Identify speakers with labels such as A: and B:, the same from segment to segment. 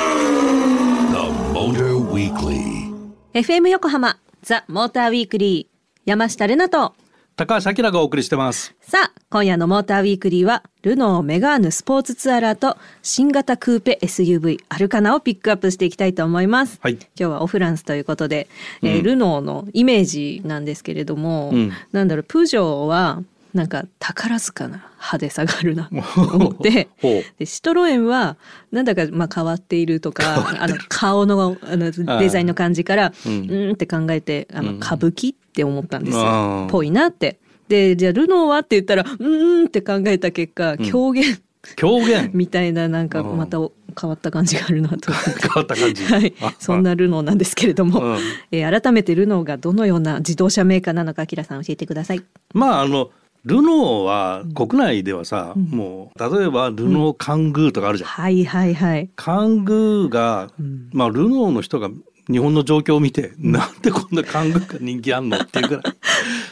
A: The Motor Weekly.
B: FM 横浜ザ・モーターウィークリー山下れなと
C: 高橋明がお送りしてます。
B: さあ今夜のモーターウィークリーはルノーメガーヌスポーツツアラーと新型クーペ SUV アルカナをピックアップしていきたいと思います、
C: はい
B: 今日はオフランスということで、えールノーのイメージなんですけれども、
C: うん
B: なんだろうプジョーはなんか宝塚な派手さがあるなと思っ て
C: ほう
B: でシトロエンはなんだかまあ変わっているとかあの顔のあのデザインの感じからう
C: うん
B: ーんって考えてあの
C: うん
B: 歌舞伎って思ったんです
C: あ
B: よ
C: ー
B: ぽいなって。でじゃあルノーはって言ったらうーんって考えた結果狂言、
C: 狂言
B: みたいななんか
C: うん
B: またお変わった感じがあるな と思って
C: 変わった感じ。
B: はい
C: あ、
B: そん。なルノーなんですけれども、
C: うん
B: えー改めてルノーがどのような自動車メーカーなのか、あきらさん教えてください。
C: まああのルノーは国内ではさ、もう例えばルノーカングーとかあるじゃん。
B: はいはいはい。
C: カングーが、
B: うん
C: まあルノーの人が日本の状況を見て、なんでこんなカングーが人気あんのっていう くらい。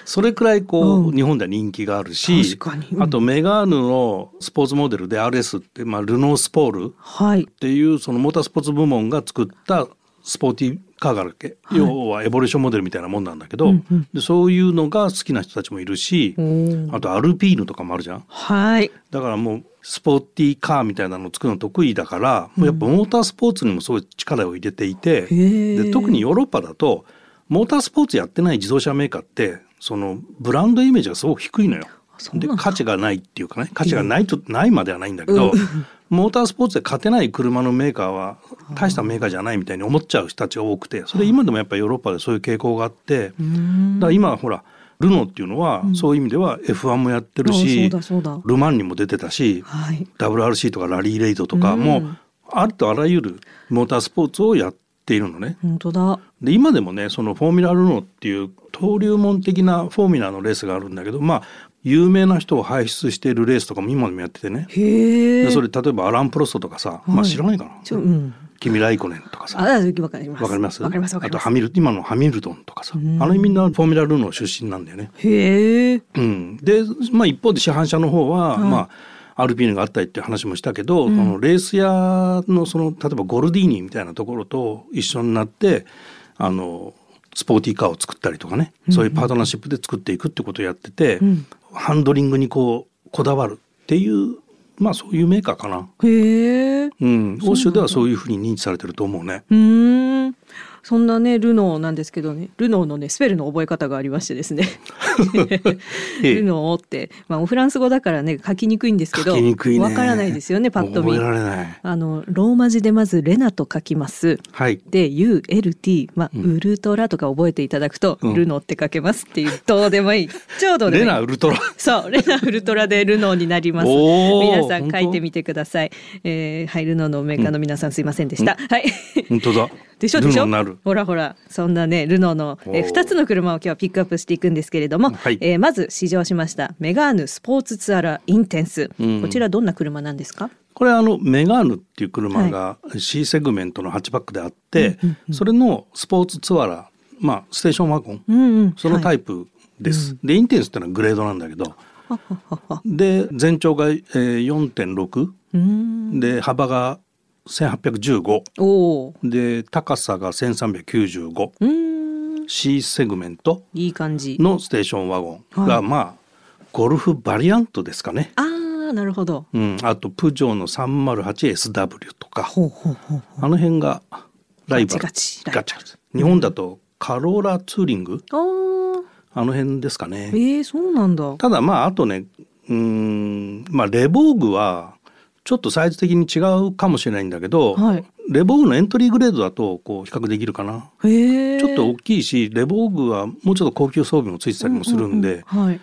C: それくらいこう、
B: うん
C: 日本では人気があるし、
B: 確かにうん
C: あとメガーヌのスポーツモデルで RS って、まあ、ルノースポール、
B: はい
C: っ。ていうそのモータースポーツ部門が作ったスポーティーカーがあるわけ、要はエボリューションモデルみたいなもんなんだけど、
B: うんうん
C: でそういうのが好きな人たちもいるし、
B: おー
C: あとアルピーヌとかもあるじゃん
B: はい。
C: だからもうスポーティーカーみたいなの作るの得意だから、もうやっぱモータースポーツにもすごい力を入れていて
B: ー
C: で特にヨーロッパだとモータースポーツやってない自動車メーカーってそのブランドイメージがすごく低いのよ。
B: そうな
C: で
B: んだ
C: 価値がないっていうかね価値がないと、ないまではないんだけど、モータースポーツで勝てない車のメーカーは大したメーカーじゃないみたいに思っちゃう人たちが多くてそれ今でもやっぱりヨーロッパでそういう傾向があって、
B: うーん
C: だから今ほらルノーっていうのは、そういう意味では F1 もやってる
B: あ
C: し
B: そうだそうだ
C: ル・マンにも出てたし、
B: はい。
C: WRC とかラリーレイドとか、
B: うん
C: もうありとあらゆるモータースポーツをやっているのね。
B: 本当だ。
C: で今でもねそのフォーミュラルノーっていう登竜門的なフォーミュラーのレースがあるんだけどまあ有名な人を輩出しているレースとかも今でもやっててね、
B: へえ。
C: でそれ例えばアラン・プロストとかさ、ま
B: は
C: あ
B: い
C: 知らないかな、
B: ちょ、うん。
C: キミ・ライコネンとか
B: あ、
C: さ
B: わかります。
C: わかります
B: わかります。わかり
C: あと
B: ま
C: ハ
B: す。
C: ミル今のハミルトンとかさあ
B: ん
C: のみんなフォーミュラルノー出身なんだよね。
B: へえ。
C: うん、で、まあ、一方で市販車の方は、まあ、アルピーヌがあったりっていう話もしたけど、そのレース屋のその例えばゴルディーニみたいなところと一緒になってあのスポーティーカーを作ったりとかね、そういうパートナーシップで作っていくってことをやってて、
B: ん
C: ハンドリングにこうこだわるっていう、まあ、そういうメーカーかな、
B: へえ。う
C: うん、欧州ではそういうふうに認知されてると思うね。
B: ーん。そんなねルノーなんですけどねルノーのねスペルの覚え方がありましてですね
C: ええ
B: ルノーって、まあ、フランス語だからね書きにくいんですけど
C: 書きにくいね
B: わからないですよねパッと見
C: 覚えられない。
B: あのローマ字でまず「レナ」と書きます
C: はい。
B: で ULT、まあウルトラとか覚えていただくと、
C: うん
B: ルノーって書けますっていうどうでもいいちょうどでもい
C: レ
B: い
C: ナウルトラ。
B: そうレナウルトラでルノーになります
C: おー
B: 皆さん書いてみてください、えー、はいルノーのメーカーの皆さんすいませんでした、はい
C: 本当だ。
B: でしょでし
C: ルノー
B: ょ
C: になる。
B: ほらほらそんなねルノーの、えー、
C: おー
B: 2つの車を今日はピックアップしていくんですけれども、
C: はい
B: えーまず試乗しましたメガーヌスポーツツアラインテンス、
C: うん
B: こちらどんな車なんですか
C: これあのメガーヌっていう車が C セグメントのハッチバックであって、それのスポーツツアラー、まあ、ステーションワゴン、
B: うんうん
C: そのタ
B: イ
C: イプです。でインテンスってのはグレードなんだけど
B: プ、はいはっはっは
C: で全長がえー4.6
B: うーん
C: で幅が1815
B: おお
C: で高さが1395
B: うーん
C: C セグメント
B: いい感じ
C: のステーションワゴン
B: は
C: が
B: い
C: まあゴルフバリアントですかね。
B: あーなるほど
C: うん、あとプジョーの 308SW とか。
B: ほうほうほう
C: あの辺がライバル。
B: ガチガチ
C: ガチガチ日本だとカローラツーリング
B: あ
C: あの辺ですか
B: あ
C: ね。
B: えー、そうなんだ
C: ただまああとね、うーん、まあレボーグはちょっとサイズ的に違うかもしれないんだけど、
B: はい
C: レボーグのエントリーグレードだとこう比較できるかな。
B: へえ
C: ちょっと大きいし、レボーグはもうちょっと高級装備もついてたりもするんで、
B: はい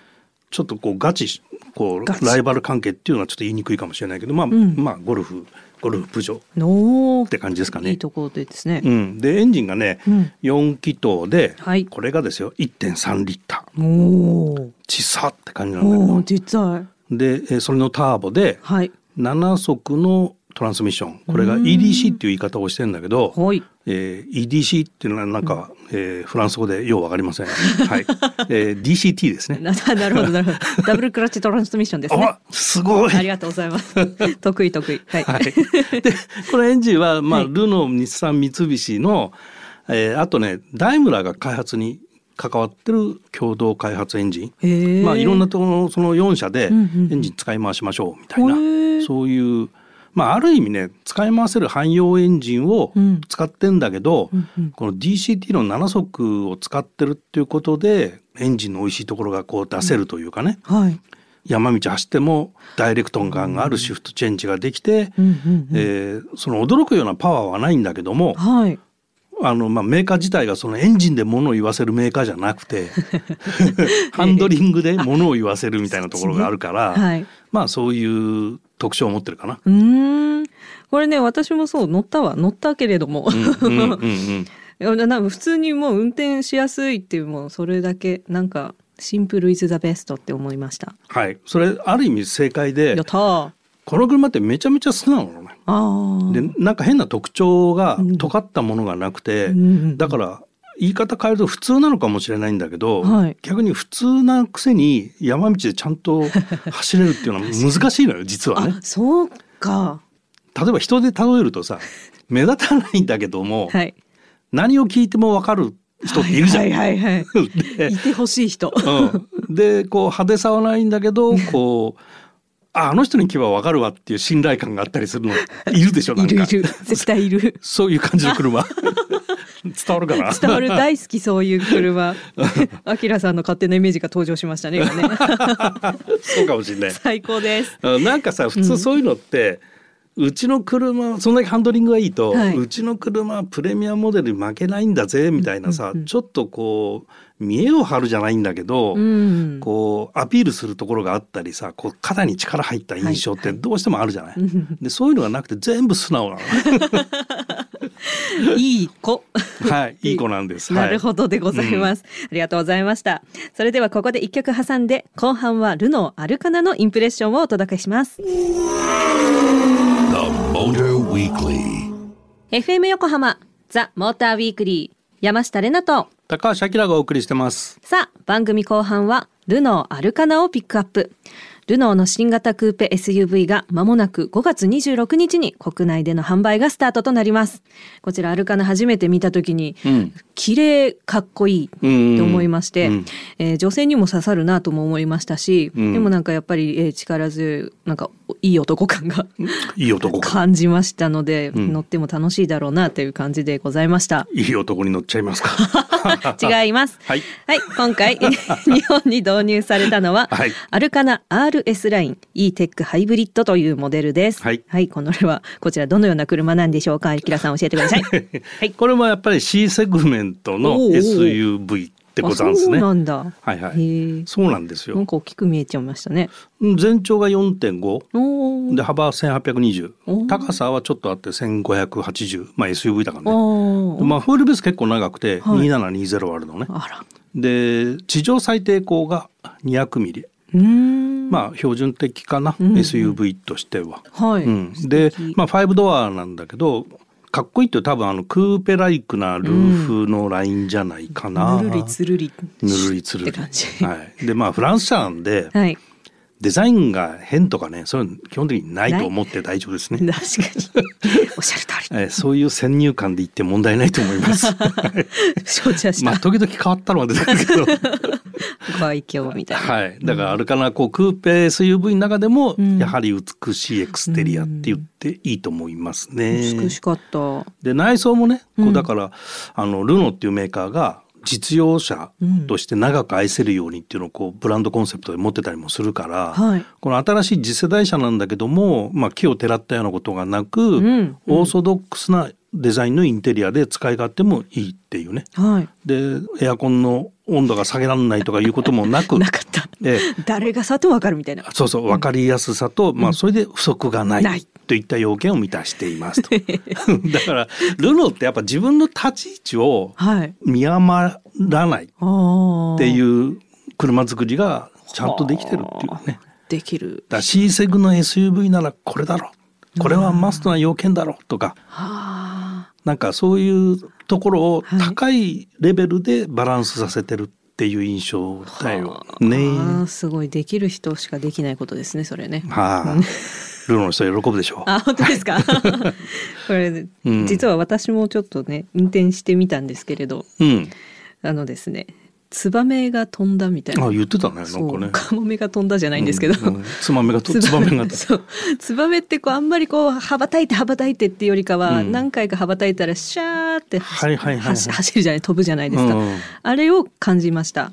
C: ちょっとこうガチこ
B: ガチ
C: うライバル関係っていうのはちょっと言いにくいかもしれないけど、まあ、
B: ん
C: まあゴルフゴルフプジョーっ
B: の
C: て感じですかね。
B: いいところでですね、
C: うん、でエンジンがね、
B: うん
C: 4気筒で、
B: はい
C: これがですよ1.3リッター
B: おー
C: 小さって感じなんだけ
B: お
C: ど
B: ーちっちゃい
C: でえーそれのターボで
B: はい
C: 7速のトランスミッションこれが EDC っていう言い方をしてんだけど
B: はい
C: えー EDC っていうのはなんか、えーフランス語でようわかりません。はい。えー DCT で すね。
B: ななるほどなるほど。ダブルクラッチトランスミッションですね。
C: あすごい
B: ありがとうござい ます。得意得意。はい。
C: はい、でこのエンジンは、まあ
B: はい
C: ルノー日産三菱の、えーあとねダイムラーが開発に関わってる共同開発エンジ
B: へー
C: ン、まあ、いろんなところのその4社でエ
B: うんうんうん
C: ンジン使い回しましょうみたい
B: へ
C: な、
B: ー
C: そういう、まあ、ある意味ね使い回せる汎用エンジンを
B: うん
C: 使ってんだけど、
B: うんうん
C: この DCT の7速を使ってるっていうことでエンジンの美味しいところがこう出せるというかね、
B: はい。
C: 山道走ってもダイレクトン感があるシフトチェンジができて、
B: うんうんうん
C: えーその驚くようなパワーはないんだけども
B: はい。
C: あの、まあ、メーカー自体がそのエンジンで物を言わせるメーカーじゃな くてハンドリングで物を言わせるみたいなところがあるから、
B: はい。う
C: まあそういう特徴を持って るかな。
B: ーん。これね私もそう乗ったわ乗ったけれども、
C: うんうんうんうん
B: いや ななんか普通にもう運転しやすいっていうもうそれだけなんかシンプルイズザベストって思いました。
C: はいそれある意味正解で
B: やったー。あ
C: この車ってめちゃめちゃ素直なのね。
B: あー。
C: でなんか変な特徴が
B: うん
C: 尖ったものがなくて、
B: うんうん
C: だから言い方変えると普通なのかもしれないんだけど、
B: はい
C: 逆に普通なくせに山道でちゃんと走れるっていうのは難しいのよ実はね
B: あ。そうか。
C: 例えば人で例える とさ目立たないんだけども、
B: はい。
C: 何を聞いても分かる人っているじゃん。
B: はいはいはいはい。
C: で
B: いてほしい人。
C: うん、でこう派手さはないんだけどこうああの人に聞けば分かるわっていう信頼感があったりす るのいるでしょなん
B: い
C: か。
B: るいる。絶対いる
C: そういう感じ の車伝わるかな
B: 伝わる大好きそういう車。アキラさんの勝手なイメージが登場しましたね今ね。
C: そうかもしれない
B: 最高です。
C: あなんかさ普通そういうのって、うちの車そんだけハンドリングがいいと、
B: はいう
C: ちの車はプレミアムモデルに負けないんだぜみたいなさ、ちょっとこう見栄を張るじゃないんだけど、
B: うん。
C: こうアピールするところがあったりさこう肩に力入った印象ってどうしてもあるじゃない。でそういうのがなくて全部素直なの。
B: いい子。
C: はい、いい子なんです。
B: なるほどでございます、ありがとうございました。それではここで一曲挟んで、後半はルノーアルカナのインプレッションをお届けします。
A: The Motor Weekly.
B: FM 横浜、ザ・モーターウィークリー、山下れなと、
C: はい高橋明がお送りしてます。
B: さあ、番組後半は、ルノーアルカナをピックアップ。ルノーの新型クーペ SUV が間もなく5月26日に国内での販売がスタートとなります。こちらアルカナ初めて見た時に、
C: うん
B: 綺麗かっこいいって思いまして、
C: うんうん
B: えー女性にも刺さるなとも思いましたし、
C: うん
B: でもなんかやっぱり、えー力強い、なんかいい男感が
C: いい男か。
B: 感じましたので、
C: ん
B: 乗っても楽しいだろうなという感じでございました。
C: いい男に乗っちゃいますか。
B: 違います。
C: はい
B: 今回、 日本に導入されたのは、
C: はい
B: アルカナ RS ライン E-Tech ハイブリッドというモデルです。
C: はい
B: このれは、こちらどのような車なんでしょうか。キラさん教えてください。 はい。
C: これもやっぱり C セグメントの
B: おうおう
C: SUV ってござんす
B: あそう
C: ね。
B: な
C: は
B: んだ。
C: いは
B: へえ
C: い。そうなんです
B: な
C: よ
B: ん。か大きく見えちゃいましたね。
C: 全長が4.5
B: おー
C: で幅
B: お
C: 1820
B: ー
C: 高さはちょっとあって1580まあ SUV だからね。
B: おー
C: まあフールベース結構長くて
B: はい
C: 2720あるのね。
B: あら。
C: で地上最低高が200ミリ。
B: うーん。
C: まあ標準的かな、
B: んうん
C: SUV としては。
B: はい。
C: うん、
B: 素
C: で
B: 敵、
C: まあ、5ドアなんだけどかっこいいって多分あのクーペライクなルーフのラインじゃないかな。
B: ぬるりつるり。
C: ぬるりつるり
B: って感じ。
C: はい、でまあフランス車なんで
B: はい。
C: デザインが変とかねそういうの基本的にない
B: ない
C: と思って大丈夫です
B: 確
C: ね。
B: かに。おっしゃる通り。
C: えーそういう先入観で言って問題ないと思 います。
B: 承知はし
C: まあ
B: た。
C: 時々変わったのは出てくるけど、
B: ご愛嬌みたいな。
C: はい、だからあるかなこうクーペ SUV の中でも
B: ん
C: やはり美しいエクステリアって言っていいと思いますね。
B: 美しかった。
C: で内装もね、こうだからあのルノーっていうメーカーが実用車として長く愛せるようにっていうのをこうブランドコンセプトで持ってたりもするから、
B: はい
C: この新しい次世代車なんだけども、まあ、木をてらったようなことがなく、
B: ん
C: オーソドックスなデザインのインテリアで使い勝手もいいっていうね。
B: はい。
C: でエアコンの温度が下げられないとかいうこともな く
B: なかった。
C: ええ
B: 誰がさてもわかるみたいな。
C: そうそう分かりやすさと、まあ、それで不足がない
B: ない
C: といった要件を満たしていますと。 だからルノーってやっぱ自分の立ち位置を
B: はい。
C: 見余らないっ
B: ああ。。
C: ていうう車作りがちゃんとできてるっていうね。
B: できる。
C: だから C セグの SUV ならこれだろうこれはマストな要件だろうとか
B: はあ。
C: なんかそういうところを高いレベルでバランスさせてるっていう印象だよね。
B: あーすごいできる人しかできないことですねそれね。
C: はい、 ルノの人喜ぶでしょう。
B: あ本当です かこれ、
C: うん
B: 実は私もちょっとね運転してみたんですけれど
C: うん。
B: あのですねツバメが飛んだみたいな
C: あ言ってたねなんか
B: そう
C: ね。
B: カモメが飛んだじゃないんですけど、
C: うんうんつまめがと つばめがと。
B: そうツバメってこうあんまりこう羽ばたいて羽ばたいてっていうよりかは、
C: うん
B: 何回か羽ばたいたらシャーって走,、
C: はいはいはいはい
B: 走走るじゃない飛ぶじゃないですか、
C: うんうん
B: あれを感じました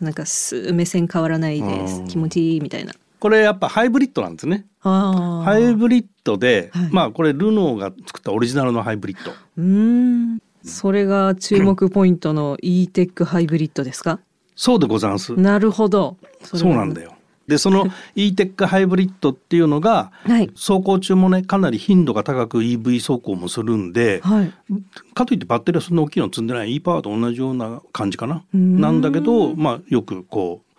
B: なんかす目線変わらないです、
C: うん
B: 気持ちいいみたいな
C: これやっぱハイブリッドなんですね。
B: あ
C: ハイブリッドで、
B: はい
C: まあこれルノーが作ったオリジナルのハイブリッド。
B: うーんそれが注目ポイントの e テックハイブリッドですか
C: そうでござんす。
B: なるほどそれ
C: そ
B: は
C: うなんだよ。でその e テックハイブリッドっていうのが、
B: はい
C: 走行中もねかなり頻度が高く EV 走行もするんで、
B: はい
C: かといってバッテリーはそんな大きいの積んでない e パワーと同じような感じかな
B: うーん
C: なんだけど、まあ、よくこう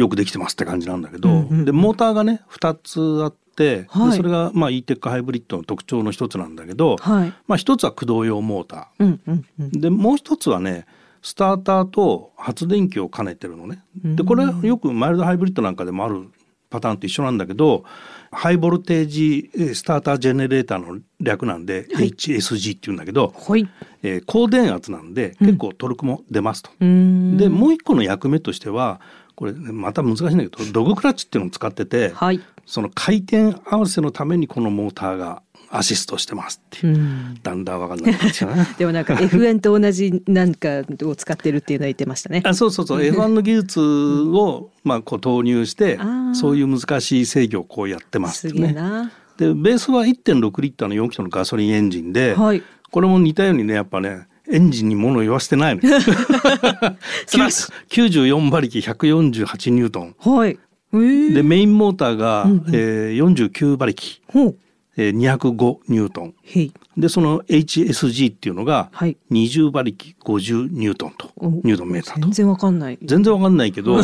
C: よくできてますって感じなんだけど、
B: うんうんうん
C: でモーターがね2つあっ
B: はい
C: て、でそれが、まあ、e テックハイブリッドの特徴の一つなんだけど、
B: はい
C: まあ、一つは駆動用モータ
B: うんうんうん
C: ーでもう一つはねスターターと発電機を兼ねてるのね。でこれはよくマイルドハイブリッドなんかでもあるパターンと一緒なんだけどハイボルテージえースタータージェネレーターの略なんで、HSG っていうんだけど、
B: ほい
C: えー高電圧なんで結構トルクも出ますと。
B: うーん
C: でもう一個の役目としてはこれねまた難しいんだけどドグクラッチっていうのを使ってて、
B: はい
C: その回転合わせのためにこのモーターがアシストしてますって
B: う
C: いう、
B: ん
C: だんだん分かんなくなっちゃうな
B: でも なんか F1 と同じなんかを使ってるっていうのは言ってましたね。
C: あそうそうそう F1 の技術をまあこう投入して
B: あー
C: そういう難しい制御をこうやってます
B: す
C: って
B: げえ
C: ね。
B: な。
C: でベースは1.6リッターの4気筒のガソリンエンジンで、
B: はい
C: これも似たようにねやっぱねエンジンに物を言わせてない のよ
B: 素晴らし
C: 94馬力148ニュートン
B: はい。えー、
C: でメインモーターが、えー49馬力、
B: ほう。
C: えー205ニュートン
B: へい。
C: でその HSG っていうのが
B: はい
C: 20馬力50ニュートンと、
B: お
C: ニュートンメーター
B: 全
C: と
B: 然わかんない。
C: 全然わかんないけど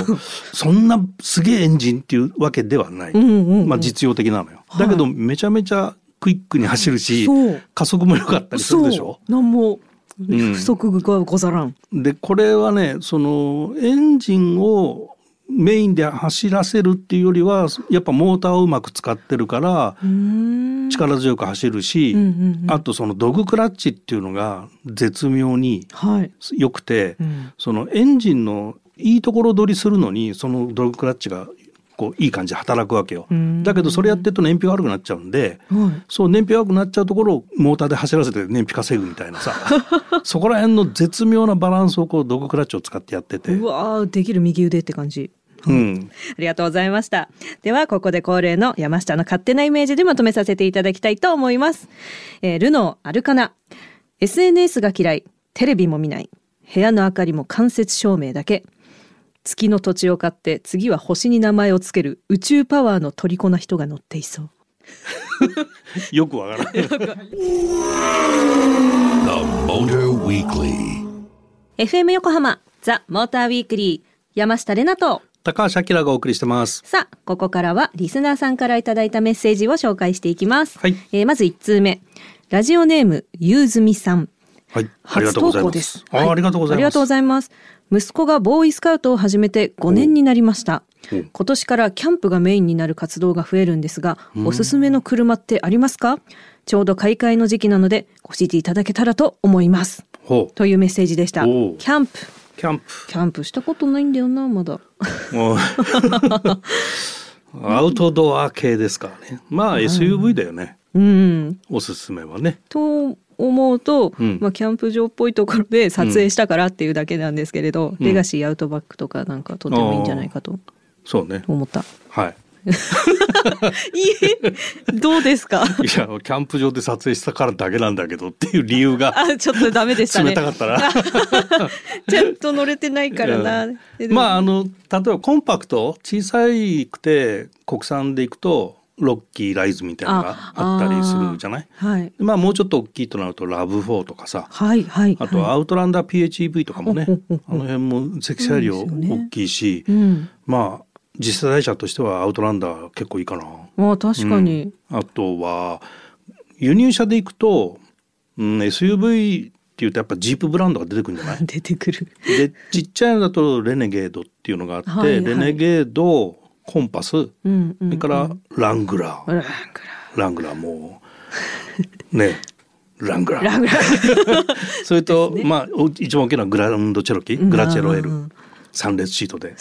C: そんなすげえエンジンっていうわけではない、
B: うんうんうん
C: まあ、実用的なのよ、
B: はい
C: だけどめちゃめちゃクイックに走るし
B: そう
C: 加速も良かったりするでしょ
B: そう。なんも
C: ん
B: 不足がござらん。
C: でこれはねそのエンジンをメインで走らせるっていうよりはやっぱモーターをうまく使ってるから
B: うーん。
C: 力強く走るし、
B: うんうんうん
C: あとそのドグクラッチっていうのが絶妙に
B: はい。
C: 良くて、
B: うん
C: そのエンジンのいいところ取りするのにそのドグクラッチがこういい感じで働くわけよ
B: うん。
C: だけどそれやってると燃費が悪くなっちゃうんで。
B: はい。
C: そう燃費悪くなっちゃうところをモーターで走らせて燃費稼ぐみたい なさそこら辺の絶妙なバランスをこうドグクラッチを使ってやってて
B: うわーできる右腕って感じ。
C: うん、
B: ありがとうございました。では、ここで恒例の山下の勝手なイメージでまとめさせていただきたいと思います。えールノー、アルカナ。SNS が嫌い。テレビも見ない。部屋の明かりも間接照明だけ。月の土地を買って、次は星に名前をつける宇宙パワーの虜な人が乗っていそう。
C: よくわからない
A: The Motor Weekly.
B: FM 横浜、ザ・モーターウィークリー、山下れなと。
C: 高橋明がお送りしてます
B: さあ、ここからはリスナーさんからいただいたメッセージを紹介していきます。
C: はい
B: えーまず1通目。ラジオネーム、ゆうずみさん。
C: はいありが
B: 初
C: とう
B: 投
C: ござい
B: 稿
C: ま
B: です
C: す。あありがとうござ
B: あ
C: います、
B: りがとうございます。息子がボーイスカウトを始めて5年になりました。
C: お
B: 今年からキャンプがメインになる活動が増えるんですが、おすすめの車ってありますかちょうど買い替えの時期なので、ご指示いただけたらと思います。
C: ほう
B: というメッセージでした。キ
C: おう
B: ャンプ。
C: キャンプ
B: キャンプしたことないんだよな、まだ。
C: おいアウトドア系ですからねまあ SUV だよね、
B: うん。
C: おすすめはね
B: と思うと、
C: うん
B: まあ、キャンプ場っぽいところで撮影したからっていうだけなんですけれど、レガシーアウトバックとかなんかとてもいいんじゃないかと
C: そうね
B: 思った。
C: はい
B: いい どうですか
C: いやキャンプ場で撮影したからだけなんだけどっていう理由が
B: あちょっとダメでしたね
C: 冷たかった な
B: ちゃんと乗れてないからな、
C: うん
B: でも
C: まああの例えばコンパクト小さいくて国産でいくとロッキーライズみたいなのがあったりするじゃない
B: はい
C: でまあもうちょっと大きいとなるとラブ4とかさ
B: はいはい
C: あとはアウトランダー PHEV とかもね、
B: ほうほう
C: あの辺も積載量
B: そうですよね
C: 大きいし、
B: うん
C: まあ次世代車としてはアウトランダー結構いいかな。
B: まあ確かに、
C: うんあとは輸入車でいくとうん、SUV っていうとやっぱジープブランドが出てくるんじゃない
B: 出てくる。
C: でちっちゃいのだとレネゲードっていうのがあって、
B: はいはい
C: レネゲードコンパス、
B: うんうん、
C: それからラングラー、
B: ラング
C: ラングラーもうねラングラ
B: ラー。
C: ー
B: ラングラ ー。
C: それと、まあお一番大きいのはグランドチェロキーグラチェロ
B: う
C: L
B: ん
C: 三列シートで、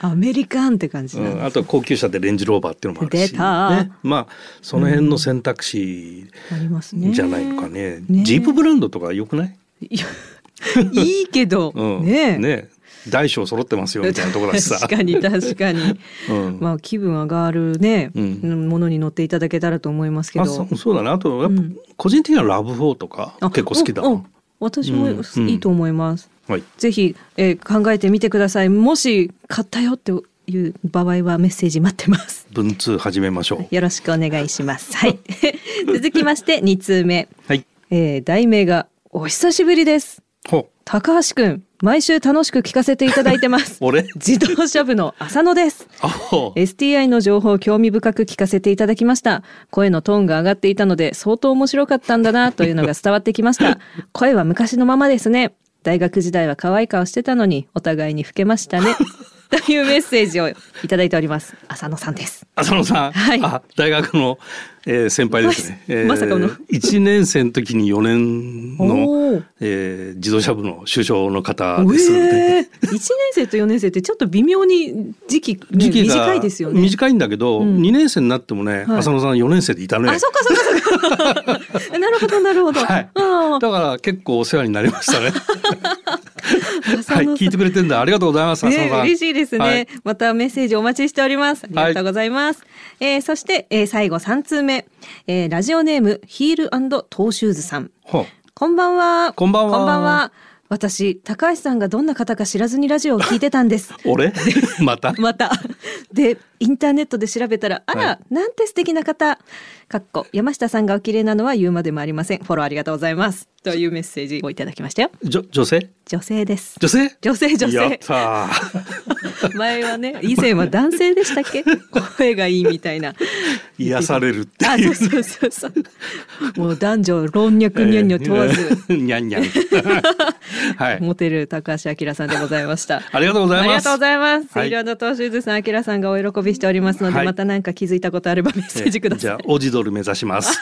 B: アメリカンって感じ
C: う
B: なん
C: ん、
B: だ。
C: あと高級車でレンジローバーっていうのもあるし、
B: 出た
C: ね、まあその辺の選択肢
B: ありますね。
C: じゃないのかね
B: ね
C: ジ ープブランドとかよくない、
B: いやいいけど、
C: うん、
B: ねえ。
C: 大小揃ってますよみたいなところだしさ
B: 確かに確かに、
C: うん
B: まあ気分上がるね、
C: うん
B: ものに乗っていただけたらと思いますけど
C: あそそうだねあとやっぱ、
B: うん
C: 個人的にはラブフォーとか
B: あ
C: 結構好きだ
B: お
C: わ
B: お私
C: う
B: も
C: んうん
B: いいと思います、
C: はい
B: ぜひ、えー考えてみてくださいもし買ったよっていう場合はメッセージ待ってます
C: 文通始めましょう
B: よろしくお願いしますはい 続きまして2通目、
C: はい
B: えー題名がお久しぶりです
C: ほ
B: 高橋くん毎週楽しく聞かせていただいてます
C: 俺
B: 自動車部の浅野です
C: あほ
B: STI の情報を興味深く聞かせていただきました声のトーンが上がっていたので相当面白かったんだなというのが伝わってきました 声は昔のままですね大学時代は可愛い顔してたのにお互いに老けましたね というメッセージをいただいております浅野さんです
C: 浅野さん、
B: はい
C: あ大学の、えー先輩ですね、
B: ま
C: えー
B: まさかの
C: 1年生の時に4年
B: お
C: の
B: ー、
C: えー自動車部の首相の
B: え
C: 方ですので、
B: えー、1年生と4年生ってちょっと微妙に時期,、
C: 時期が
B: 短いですよね
C: 短いんだけど、
B: うん
C: 2年生になってもね、
B: はい
C: 浅野さん4年生でいたね
B: あそっかそっかそっ かなるほどなるほど、
C: はい
B: うん
C: だから結構お世話になりまし たね
B: 浅
C: は
B: 野
C: い
B: さん
C: 聞いてくれてるんだありがとうございます浅野
B: ね、
C: さん、
B: 嬉しいですね、
C: はい
B: またメッセージお待ちしておりますありがとうございます、えーそして、えー最後三通目、えーラジオネームヒールトーシューズさん
C: ほう
B: こんばんは
C: こんばんは
B: こんばんは私高橋さんがどんな方か知らずにラジオを聞いてたんです
C: 俺また
B: またでインターネットで調べたらあら、
C: は
B: なんて素敵な方かっこ山下さんがお綺麗なのは言うまでもありませんフォローありがとうございますというメッセージをいただきましたよ
C: じょ女性
B: 女性です
C: 女性
B: 女性女性
C: やったー
B: 前はね以前は男性でしたっけ声がいいみたいな
C: 癒されるって
B: あ
C: いう
B: そうそうそうそうもう男女老若にゃんにゃ問わず、
C: えーにゃんにゃんは い
B: モテる高橋明さんでございました
C: ありがとうござ
B: あ
C: います
B: りがとうございます
C: はい
B: 水量の東修図さん明さんがお喜びしておりますので、
C: はい
B: また何か気づいたことあればメッセージくだ
C: じゃ
B: さ
C: あ
B: い
C: オジドル目指 します。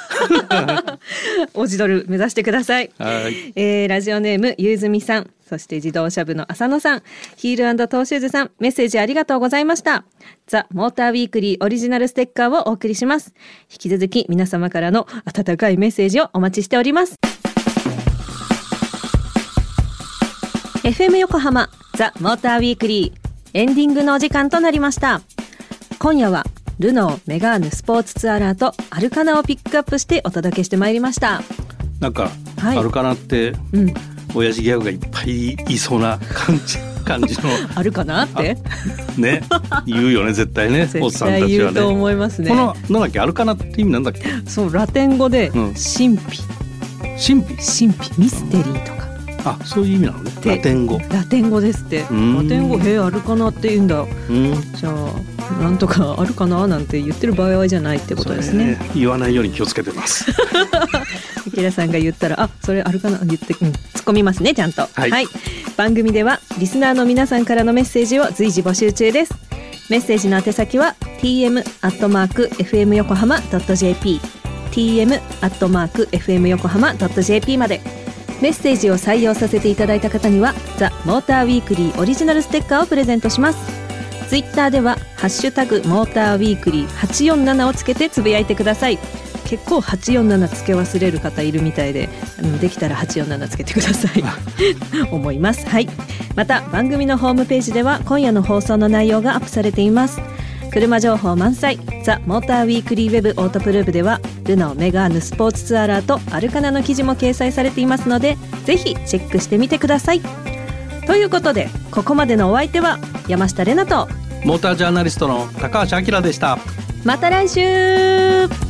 B: おじドル目指してください
C: はい
B: えーラジオネームゆうずみさんそして自動車部の浅野さんヒールトーシューズさんメッセージありがとうございましたザ・モーターウィークリーオリジナルステッカーをお送りします引き続き皆様からの温かいメッセージをお待ちしております FM 横浜ザ・モーターウィークリーエンディングのお時間となりました今夜はルノーメガーヌスポーツツアラーとアルカナをピックアップしてお届けしてまいりました
C: なんか、
B: はい
C: アルカナって
B: うん
C: 親父ギャグがいっぱいいそうな感じ感じ の
B: あるかなって
C: ね言うよね絶対ねおっ
B: 絶
C: さんた
B: 対
C: ち
B: 言
C: は
B: う
C: ね。
B: と思いますね
C: このなんだっけアルカナって意味なんだっけ
B: そうラテン語で
C: うん
B: 神秘、
C: 神秘
B: 神秘ミステリーとか
C: あそういう意味なのね
B: で
C: ラテン語。
B: ラテン語ですってラ
C: ん
B: テン語へえあるかなって言うんだ
C: うん
B: じゃあなんとかあるかななんて言ってる場合じゃないってことですね
C: それ言わないように気をつけてます。
B: 池田さんが言ったらあそれあるかな言って、うん、突っ込みますねちゃんと
C: はい
B: 番組ではリスナーの皆さんからのメッセージを随時募集中ですメッセージの宛先は tm アットマーク fm 横浜 jp tm アットマーク fm 横浜 jp までメッセージを採用させていただいた方にはザモーターウィークリーオリジナルステッカーをプレゼントしますツイッターではハッシュタグモーターウィークリー847をつけてつぶやいてください結構847つけ忘れる方いるみたいであのできたら847つけてください 思いますはいまた番組のホームページでは今夜の放送の内容がアップされています車情報満載ザ・モーターウィークリーウェブオートプルーブではルナオメガーヌスポーツツアラーとアルカナの記事も掲載されていますのでぜひチェックしてみてくださいということでここまでのお相手は山下れなと
C: モータージャーナリストの高橋明でした。
B: また来週